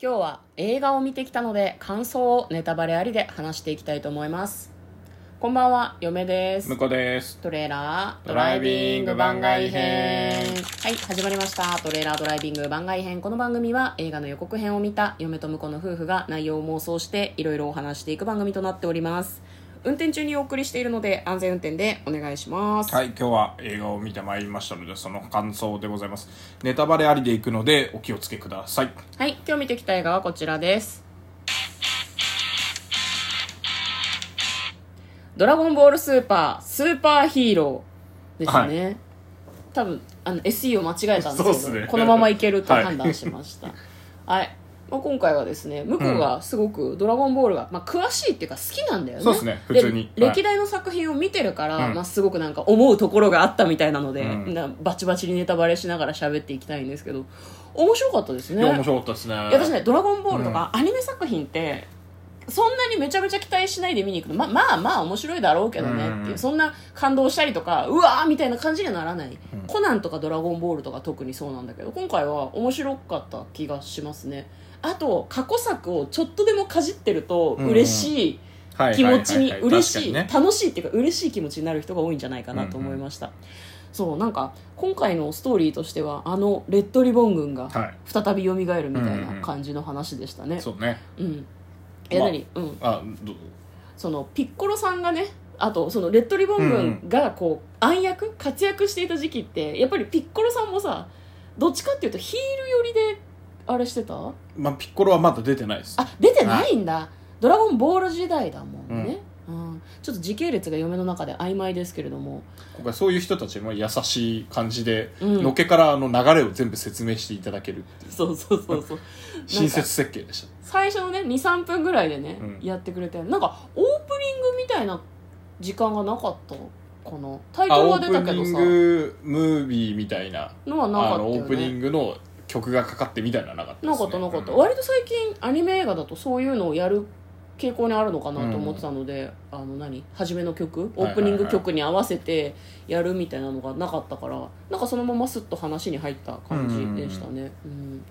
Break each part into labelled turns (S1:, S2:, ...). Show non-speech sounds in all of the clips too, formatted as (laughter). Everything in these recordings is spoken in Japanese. S1: 今日は映画を見てきたので感想をネタバレありで話していきたいと思いますこんばんは嫁です
S2: 向こうです
S1: トレーラード
S2: ドライビング番外編
S1: はい始まりましたトレーラードライビング番外編この番組は映画の予告編を見た嫁と婿の夫婦が内容を妄想していろいろお話していく番組となっております運転中にお送りしているので安全運転でお願いします
S2: はい今日は映画を見てまいりましたのでその感想でございますネタバレありでいくのでお気をつけください
S1: はい、今日見てきた映画はこちらです。ドラゴンボールスーパー、スーパーヒーローですね。多分、あの、SE を間違えたんです
S2: そう
S1: けど、
S2: っすね
S1: このままいけると判断しました。はい。まあ、今回はですね、向こうがすごくドラゴンボールが、まあ、詳しいっていうか好きなんだよね。
S2: そうっすね普通にはい
S1: 歴代の作品を見てるから、
S2: うん
S1: まあ、すごくなんか思うところがあったみたいなので、
S2: うん
S1: なバチバチにネタバレしながら喋っていきたいんですけど、面白かったです
S2: い
S1: ね。
S2: や面白かったですね
S1: いや私ね「ドラゴンボール」とかアニメ作品って、そんなにめちゃめちゃ期待しないで見に行くのままあまあ面白いだろうけどねっていう、
S2: うん
S1: そんな感動したりとかうわーみたいな感じにはならない、コナンとか「ドラゴンボール」とか特にそうなんだけど今回は面白かった気がしますねあと過去作をちょっとでもかじってると
S2: うん
S1: 嬉しい
S2: はい
S1: 気持ちに
S2: はいはいはい
S1: 嬉しい
S2: 確か
S1: 楽しいっていうか嬉しい気持ちになる人が多いんじゃないかなと思いました、そうなんか今回のストーリーとしてはあのレッドリボン軍が
S2: にねはい
S1: 再び蘇るみたい
S2: うんう
S1: なん感じの話でしたね。
S2: そうね
S1: うん。え、
S2: まあ
S1: 何うん。
S2: あどう
S1: そのピッコロさんがね、あとそのレッドリボン軍がこう暗躍活躍していた時期ってやっぱりピッコロさんもさ、どっちかっていうとヒール寄りであれしてた？
S2: まあピッコロはまだ出てないです
S1: あ、出てないんだ。ドラゴンボール時代だもんね。うん。ちょっと時系列が嫁の中で曖昧ですけれども、
S2: 今回そういう人たちも優しい感じで、
S1: うん
S2: のけからの流れを全部説明していただけるっていう
S1: そうそうそうそう。
S2: 親切設計でし
S1: 最初のね23分ぐらいでね、
S2: うん
S1: やってくれてなんかオープニングみたいな時間がなかったこのタイ
S2: たあ
S1: トル
S2: オ
S1: は
S2: ー
S1: 出た
S2: プ
S1: けど
S2: ニン
S1: さ
S2: グムービーみたいな
S1: のはなか
S2: あ
S1: った
S2: のオ
S1: よ
S2: ープニ
S1: ね
S2: ングの曲がかかってみたいなのはなかったで
S1: な
S2: す、
S1: か
S2: ね、
S1: ったなかった、
S2: うん
S1: 割と最近アニメ映画だとそういうのをやる傾向にあるのかなと思ってたので、あの何初めの曲オープニング曲に合わせてやるみたいなのがなかったから、なんかそのまますっと話に入った感じでしたね、うん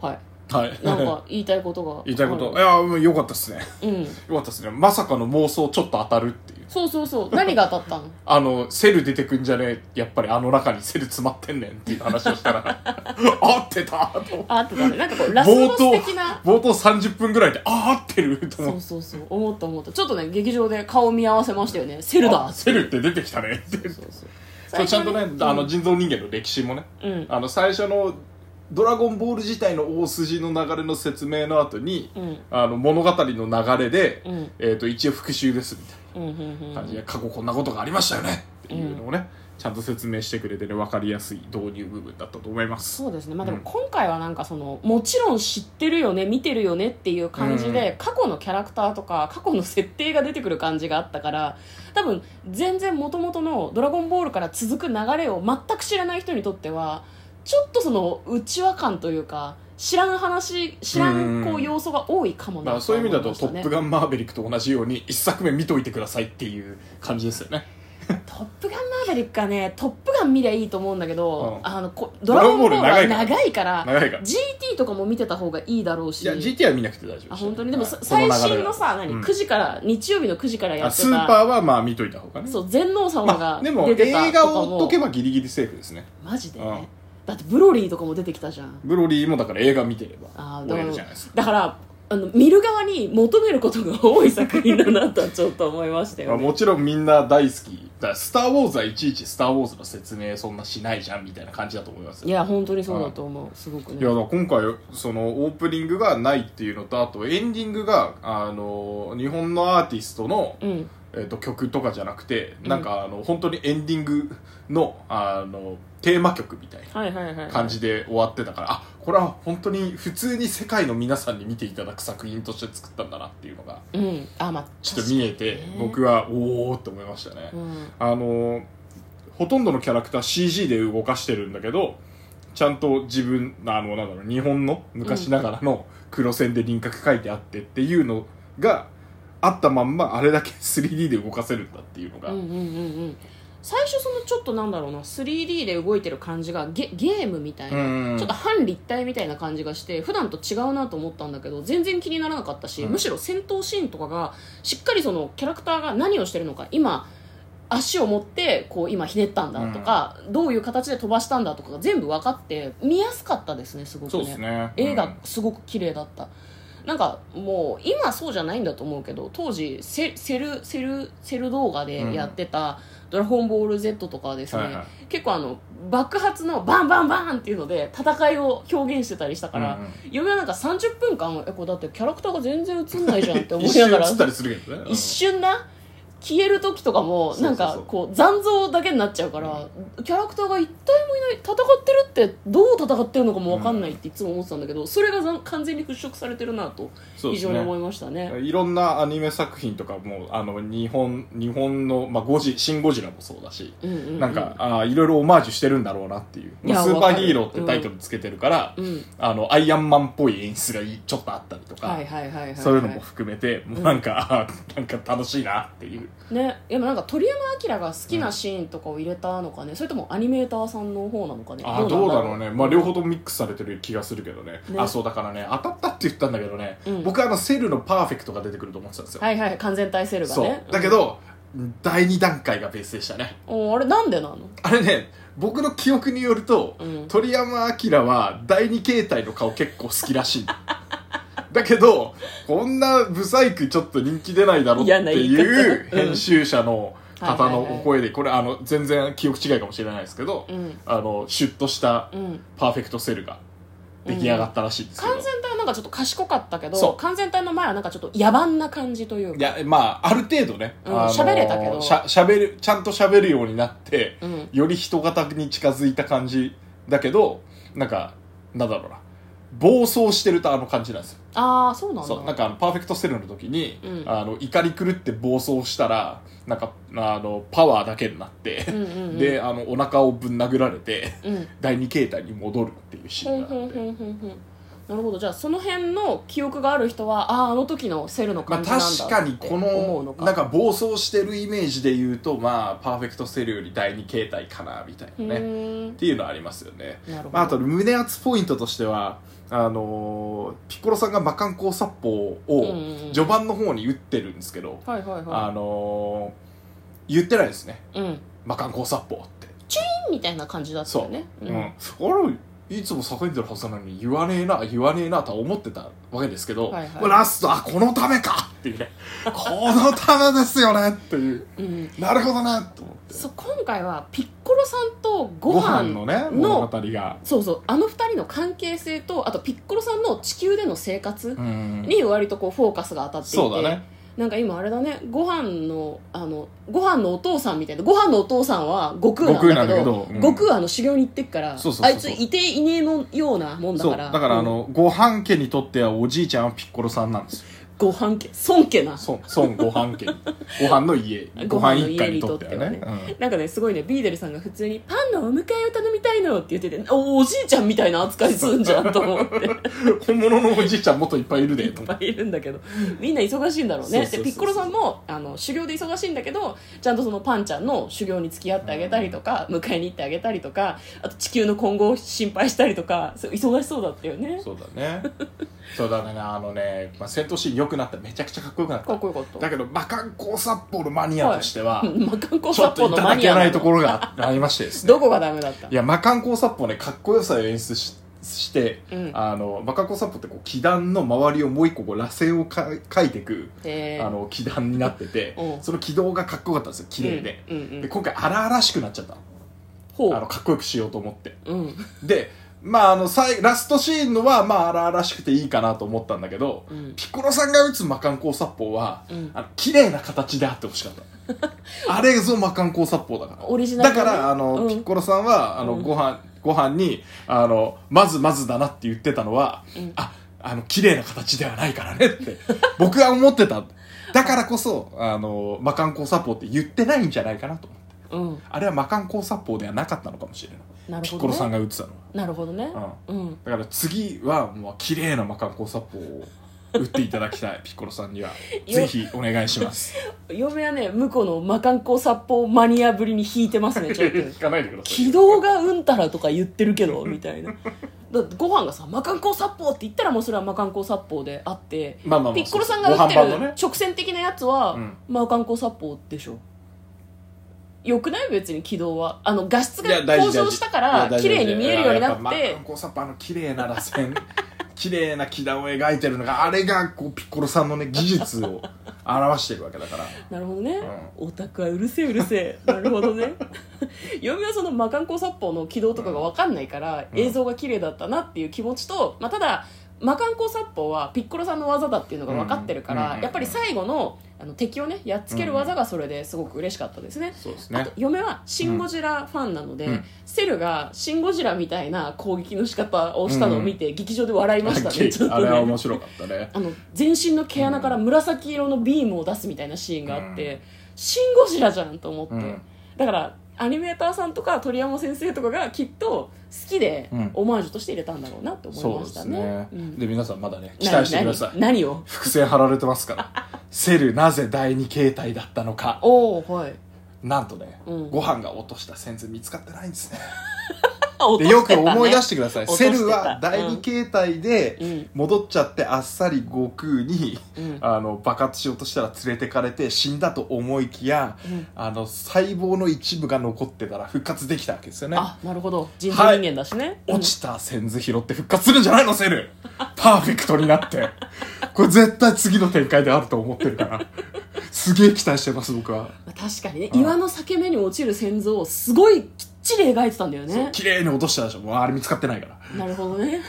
S1: はい
S2: はい
S1: なん
S2: (laughs)
S1: か言いたいことが
S2: 言いたいこと、
S1: あ
S2: いやもう良かったですね (laughs)
S1: るうん
S2: 良かったですねまさかの妄想ちょっと当たるっていう
S1: そうそうそう何が当たったの
S2: あのセル出てくんじゃねえやっぱりあの中にセル詰まってんねんっていう話をしたら (laughs) 合ってたと思って
S1: ああとだねなんかこうラスボス的な
S2: 冒頭30分ぐらいでああ合ってると思っ
S1: そ
S2: て
S1: うそうそう思った思ったちょっとね劇場で顔見合わせましたよねセルだ
S2: あセルって出てきたねって
S1: そうそうそう
S2: そうちゃんとね、
S1: 最初に
S2: あの人造人間の歴史もね
S1: うん
S2: あの最初の「ドラゴンボール」自体の大筋の流れの説明の後に
S1: うん
S2: あの物語の流れで、
S1: うん
S2: えー、と一応復習ですみたいな
S1: うんうんうん
S2: 感じで過去こんなことがありましたよねっていうのをね、ちゃんと説明してくれてね分かりやすい導入部分だったと思います
S1: そうですねまあでも
S2: うん
S1: 今回はなんかそのもちろん知ってるよね見てるよねっていう感じで過去のキャラクターとか過去の設定が出てくる感じがあったから多分全然もともとの「ドラゴンボール」から続く流れを全く知らない人にとってはちょっとその内輪感というか知らん話知らんこ
S2: う
S1: うん要素が多いかもな
S2: まあ、そういう意味だと「トップ
S1: ガン」
S2: ガンマーヴェリック」と同じように一作目見といてくださいっていう感じですよね
S1: 「トップガンマーヴェリック」はね「トップガン」見りゃいいと思うんだけど、
S2: うん
S1: あのこド
S2: ド
S1: ラ
S2: ラ
S1: ゴ
S2: ゴ
S1: ン
S2: ン
S1: ボー
S2: ボー
S1: ル
S2: ル
S1: は
S2: 長いから
S1: 長いから
S2: 長いから
S1: GT とかも見てた方がいいだろうし
S2: いや GT は見なくて大丈夫
S1: あ
S2: すよ
S1: 本当にでもさ
S2: はい
S1: 最
S2: そ流
S1: 新
S2: れ
S1: の
S2: だ
S1: さ何、
S2: うん
S1: 9時から日曜日の9時からや
S2: あ
S1: って
S2: ス
S1: た
S2: ーパーはまあ見といた方がね
S1: そう全能様
S2: ま
S1: が
S2: あ、でも
S1: 出て
S2: 映
S1: たと
S2: 画
S1: か
S2: を
S1: も、
S2: 追っとけばギリギリセーフですね
S1: マジで、
S2: うん
S1: だってブロリーとかも出てきたじゃん
S2: ブロリーもだから映画見てれば
S1: あーだ
S2: 終
S1: か
S2: え
S1: ら
S2: るじゃないですか
S1: だからあの見る側に求めることが多い作品だなとはちょっと思いました
S2: ま
S1: よ、
S2: あ、
S1: ね、
S2: もちろんみんな大好きだからスター・ウォーズはいちいち「スター・ウォーズ」の説明そんなしないじゃんみたいな感じだと思いますよ
S1: いや本当にそうだと思う、すごく
S2: いやだ
S1: ね
S2: から今回そのオープニングがないっていうのとあとエンディングがあの日本のアーティストの、
S1: うん
S2: えっと曲とかじゃなくて
S1: うん
S2: なんかあの本当にエンディングのあのテーマ曲みたいな
S1: はいはいはい
S2: 感じで終わってたからあこれは本当に普通に世界の皆さんに見ていただく作品として作ったんだなっていうのが
S1: うんあまあ
S2: ちょっと見えて
S1: 確かにね
S2: 僕はおおって思いましたね
S1: う。ん
S2: あのほとんどのキャラクター CG で動かしてるんだけどちゃんと自分あのなんだろう日本の昔ながらの黒線で輪郭書いてあってっていうのがあったまんまあれだけ 3D で動かせるんだっていうのが、
S1: うんうんうんうん最初そのちょっとなんだろうな 3D で動いてる感じがゲゲームみたいな、
S2: うん
S1: ちょっと半立体みたいな感じがして普段と違うなと思ったんだけど全然気にならなかったし、
S2: うん
S1: むしろ戦闘シーンとかがしっかりそのキャラクターが何をしてるのか今足を持ってこう今ひねったんだとか、どういう形で飛ばしたんだとかが全部分かって見やすかったですねすごく
S2: そうですね
S1: 映
S2: うん
S1: 画すごく綺麗だった、なんかもう今そうじゃないんだと思うけど当時セセルセルセル動画でやってた「ドラゴンボール Z」とかはですね、
S2: はいはい
S1: 結構あの爆発のバンバンバンっていうので戦いを表現してたりしたから、
S2: うんうん
S1: 嫁はなんか30分間えこれだってキャラクターが全然映んないじゃんって思
S2: 一
S1: いな
S2: 瞬
S1: がら
S2: 映ったりするけどねうん
S1: 一瞬な消える時とかも
S2: そうそ
S1: な
S2: うんそ
S1: か
S2: う
S1: こう残像だけになっちゃうからキャラクターが一体もいない戦ってるってどう戦ってるのかも分かんないっていつも思ってたんだけどそれがざん完全に払拭されてるなと
S2: そうで
S1: 非
S2: す
S1: 常
S2: ね
S1: に思いましたね
S2: いろんなアニメ作品とかもあの日本日本の、まあ、ゴジシン・ゴジラもそうだし、
S1: うんうんうん
S2: なんかあーいろいろオマージュしてるんだろうなっていう、まあ
S1: いや
S2: スーパ
S1: わか
S2: ー
S1: る
S2: ヒーローってタイトルつけてるから、
S1: うん
S2: あのアイアンマンっぽい演出がいいちょっとあったりとか、
S1: はいはいはいはい
S2: そういうのも含めて、もうなんか、あーなんか楽しいなっていう。
S1: ねでもなんか鳥山明が好きなシーンとかを入れたのかねそれともアニメーターさんの方なのかね
S2: あー
S1: な
S2: ど
S1: ん
S2: うだろうね、まあ、両方ともミックスされてる気がするけどね
S1: ね
S2: あそうだからね当たったって言ったんだけどね、
S1: うん
S2: 僕はあのセルのパーフェクトが出てくると思ってたんですよ、
S1: はいはい完全体セルが
S2: そ
S1: ね
S2: うだけど、第2段階が別でしたね
S1: うんおあれなんでなの
S2: あれね僕の記憶によると、
S1: うん
S2: 鳥山明は第二形態の顔結構好きらしいだけどこんなブサイクちょっと人気出ないだろって
S1: 嫌な言い
S2: いう
S1: 方うん
S2: 編集者の方のお
S1: は
S2: 声でこれあの全然記憶違いかもしれないですけど、
S1: うん
S2: あのシュッとした
S1: うん
S2: パーフェクトセルが出来上がったらしいんですけど、
S1: 完全体はなんかちょっと賢かったけ
S2: そ
S1: ど
S2: う
S1: 完全体の前はなんかちょっと野蛮な感じという
S2: い
S1: か
S2: やまあある程度ね
S1: うん
S2: あの
S1: 喋れたけど
S2: しゃ喋るちゃんと喋るようになって、
S1: うん
S2: より人型に近づいた感じだけどなんかなんだろうな暴走してるとあの感じなんですよ
S1: ああそうなんだ
S2: そうなんかあのパーフェクトセルの時に、
S1: うん
S2: あの怒り狂って暴走したらなんかあのパワーだけになって、
S1: うんうんうん
S2: であのお腹をぶん殴られて
S1: うん
S2: 第二形態に戻るっていうシー
S1: ほん
S2: ンがあって
S1: ほんほんほんほんなるほどじゃあその辺の記憶がある人はあああの時のセルの
S2: まあ、
S1: 感じなんだ
S2: 確かにこ
S1: って思
S2: の
S1: うのか
S2: なんか暴走してるイメージで言うとまあパーフェクトセルより第二形態かなみたいうなね
S1: ーん
S2: っていうのはありますよね、
S1: なるほど
S2: まあ、あと胸圧ポイントとしてはあのーピッコロさんが魔漢光殺法
S1: うん
S2: を
S1: うんうん
S2: 序盤の方に打ってるんですけど、
S1: はいはい
S2: あ
S1: は
S2: のー言ってないですね
S1: いうん
S2: 魔漢光殺法って
S1: みたいな感じだった
S2: そう
S1: よね
S2: うん
S1: うん
S2: あれいつも叫んでるはずなのに言わねえな言わねえなとは思ってたわけですけど、
S1: はいはい
S2: まあラストあこのためかっていうねこのためですよねっていう
S1: うん
S2: なるほどなと思って
S1: そう今回はピッコロさんとご
S2: ご
S1: 飯
S2: 飯のね物
S1: の
S2: 語が
S1: そうそうあの二人の関係性とあとピッコロさんの地球での生活
S2: うん
S1: に割とこうフォーカスが当たっていて
S2: そうだね
S1: なんか今あれだねご飯のあのご飯のお父さんみたいなご飯のお父さんは悟空なんだけど
S2: 悟空なんだけどうん
S1: 悟空はあの修行に行ってっから
S2: そうそうそう
S1: あいついていねえのようなもんだ
S2: そう
S1: か
S2: だ
S1: ら
S2: からあ
S1: うん
S2: の、ご飯家にとってはおじいちゃんはピッコロさんなんですよ
S1: ご飯家孫家な
S2: 孫孫ご飯家ご飯の家 (laughs)
S1: ご
S2: ご
S1: 飯
S2: 飯
S1: の
S2: 一
S1: 家
S2: 家
S1: に
S2: に
S1: と
S2: と
S1: っ
S2: ってて
S1: はね
S2: はねうん
S1: なんかねすごいねビーデルさんが普通に「パンのお迎えを頼みたいの」って言ってておおじいちゃんみたいな扱いすんじゃんと思って
S2: 本物のおじいちゃんもっといっぱいいるでと
S1: いっ
S2: (laughs) 思って
S1: ぱいいるんだけどみんな忙しいんだろうね
S2: そうそうそうそう
S1: でピッコロさんもあの修行で忙しいんだけどちゃんとそのパンちゃんの修行に付き合ってあげたりとか、迎えに行ってあげたりとかあと地球の今後を心配したりとかそう忙しそうだったよね
S2: そうだねそうだねあのね、まあ、戦闘シーン良くなっためちゃくちゃかっこよくなっ
S1: かったこよかった
S2: だけど魔漢光殺法のマニアとしては、
S1: うん魔漢光
S2: ちょっ
S1: 殺
S2: と
S1: 法
S2: い
S1: の
S2: た
S1: マ
S2: だ
S1: ニ
S2: け
S1: ア
S2: な
S1: ないの
S2: ところがありましてですね
S1: どこがダメだった
S2: いや魔漢光殺法ねかっこよさを演出しして、
S1: うん
S2: あの魔漢光殺法ってこう気団の周りをもう一個こう螺旋をか描いていく
S1: えー
S2: あの軌道になってて、
S1: うん
S2: その軌道がかっこよかったんですよ綺麗で,、
S1: うんうんうん
S2: で今回荒々しくなっちゃったの
S1: ほう
S2: あのかっこよくしようと思って
S1: うん
S2: でまああの最ラストシーンのはまあ荒々しくていいかなと思ったんだけど、
S1: うん
S2: ピコロさんが打つ魔漢光殺法は、
S1: うん
S2: あの綺麗な形であってほ
S1: (laughs)
S2: しかったあれぞ魔漢光殺法だから
S1: オリジナル
S2: だ
S1: ね
S2: からあの、
S1: うん
S2: ピッコロさんはあの、
S1: うん
S2: ご飯ご飯にあのまずまずだなって言ってたのは、
S1: うん
S2: ああの綺麗な形ではないからねって
S1: (laughs)
S2: 僕は思ってただからこそあの魔漢光殺法って言ってないんじゃないかなと思って
S1: うん
S2: あれは魔漢光殺法ではなかったのかもしれない、
S1: なる
S2: ピ
S1: ほ
S2: ッコ
S1: ど
S2: ロさん
S1: ね
S2: が打ってたのは
S1: なるほどね
S2: うん
S1: うん
S2: だから次はもう綺麗な魔漢光殺法を打っていただきたいピッコロさんには
S1: (laughs) よ
S2: ぜひお願いします
S1: 嫁はね向こうの魔漢光殺法マニアぶりに引いて
S2: (laughs)
S1: ますねちょっと
S2: 引かないでください
S1: 軌道がうんたらとか言ってるけど
S2: (laughs)
S1: みたいなだってご飯がさ魔漢光殺法って言ったらもうそれは魔漢光殺法であって
S2: まあまあまあ
S1: ピッコロさんが打って
S2: ご飯版の
S1: る
S2: ね
S1: 直線的なやつは、
S2: うん
S1: まあ観光殺法でしょよくない別に軌道はあの画質
S2: い
S1: が
S2: や大
S1: 向
S2: 事
S1: 上したから綺麗に見えるようにな
S2: マ
S1: って
S2: ンコサッパーの綺麗な螺旋綺麗な木田を描いてるのがあれがこうピッコロさんのね技術を表してるわけだから
S1: なるほどね、オタクはうるせえうるせ
S2: (laughs)
S1: えなるほどね (laughs) 嫁はその魔観光殺法の軌道とかが分かんないから、
S2: うん
S1: 映像が綺麗だったなっていう気持ちと、まあ、ただ魔観光殺法はピッコロさんの技だっていうのが分かってるから、
S2: うん
S1: やっぱり最後のあの敵をねやっつける技がそれですごく嬉しかったですね、
S2: そうです
S1: あと嫁は「シン・ゴジラ」ファンなので、
S2: うん
S1: セルが「シン・ゴジラ」みたいな攻撃の仕方をしたのを見て、劇場で笑いましたねちょっ
S2: (laughs) あれは
S1: とね
S2: 面白かったね
S1: あの全身の毛穴から紫色のビームを出すみたいなシーンがあって「シン・ゴジラ」じゃんと思って、
S2: うん
S1: だからアニメーターさんとか鳥山先生とかがきっと好きで
S2: うん
S1: オマージュとして入れたんだろうなと思いましたね。うん
S2: で皆さんまだね期待してくださ
S1: 何何
S2: い
S1: 何を
S2: 伏線張られてますからセルなぜ第二形態だったのか
S1: おおはい
S2: なんとね、
S1: うん
S2: ご飯が落とした線図見つかってないんで
S1: (laughs)
S2: すね
S1: 落として
S2: でよく
S1: たね
S2: 思い出してください、
S1: 落としてた
S2: セルは第二形態で
S1: うん
S2: 戻っちゃってあっさり悟空に、
S1: うん
S2: あの爆発しようとしたら連れてかれて死んだと思いきや、
S1: うん
S2: あの細胞の一部が残ってたら復活できたわけですよね
S1: あなるほど人造人間だしね、
S2: 落ちた線図拾って復活するんじゃないのセルパーフェクトになってこれ絶対次の展開であると思ってるからすげえ期待してます僕は
S1: まあ確かにね、
S2: うん
S1: 岩の裂け目に落ちる先祖をすごいきっちり描いてたんだよ
S2: そう
S1: ね
S2: 綺麗に落としたでしょもうあれ見つかってないから
S1: なるほどね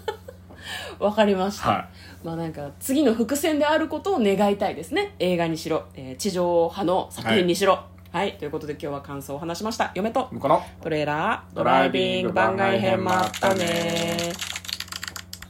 S1: (laughs) わかりました、
S2: は
S1: まあなんか次の伏線であることを願いたいですね映画にしろ、えー地上波の作品にしろはい、ということで今日は感想を話しました嫁と
S2: いこの
S1: トレーラード
S2: ドライビング番外編もあったね
S1: ー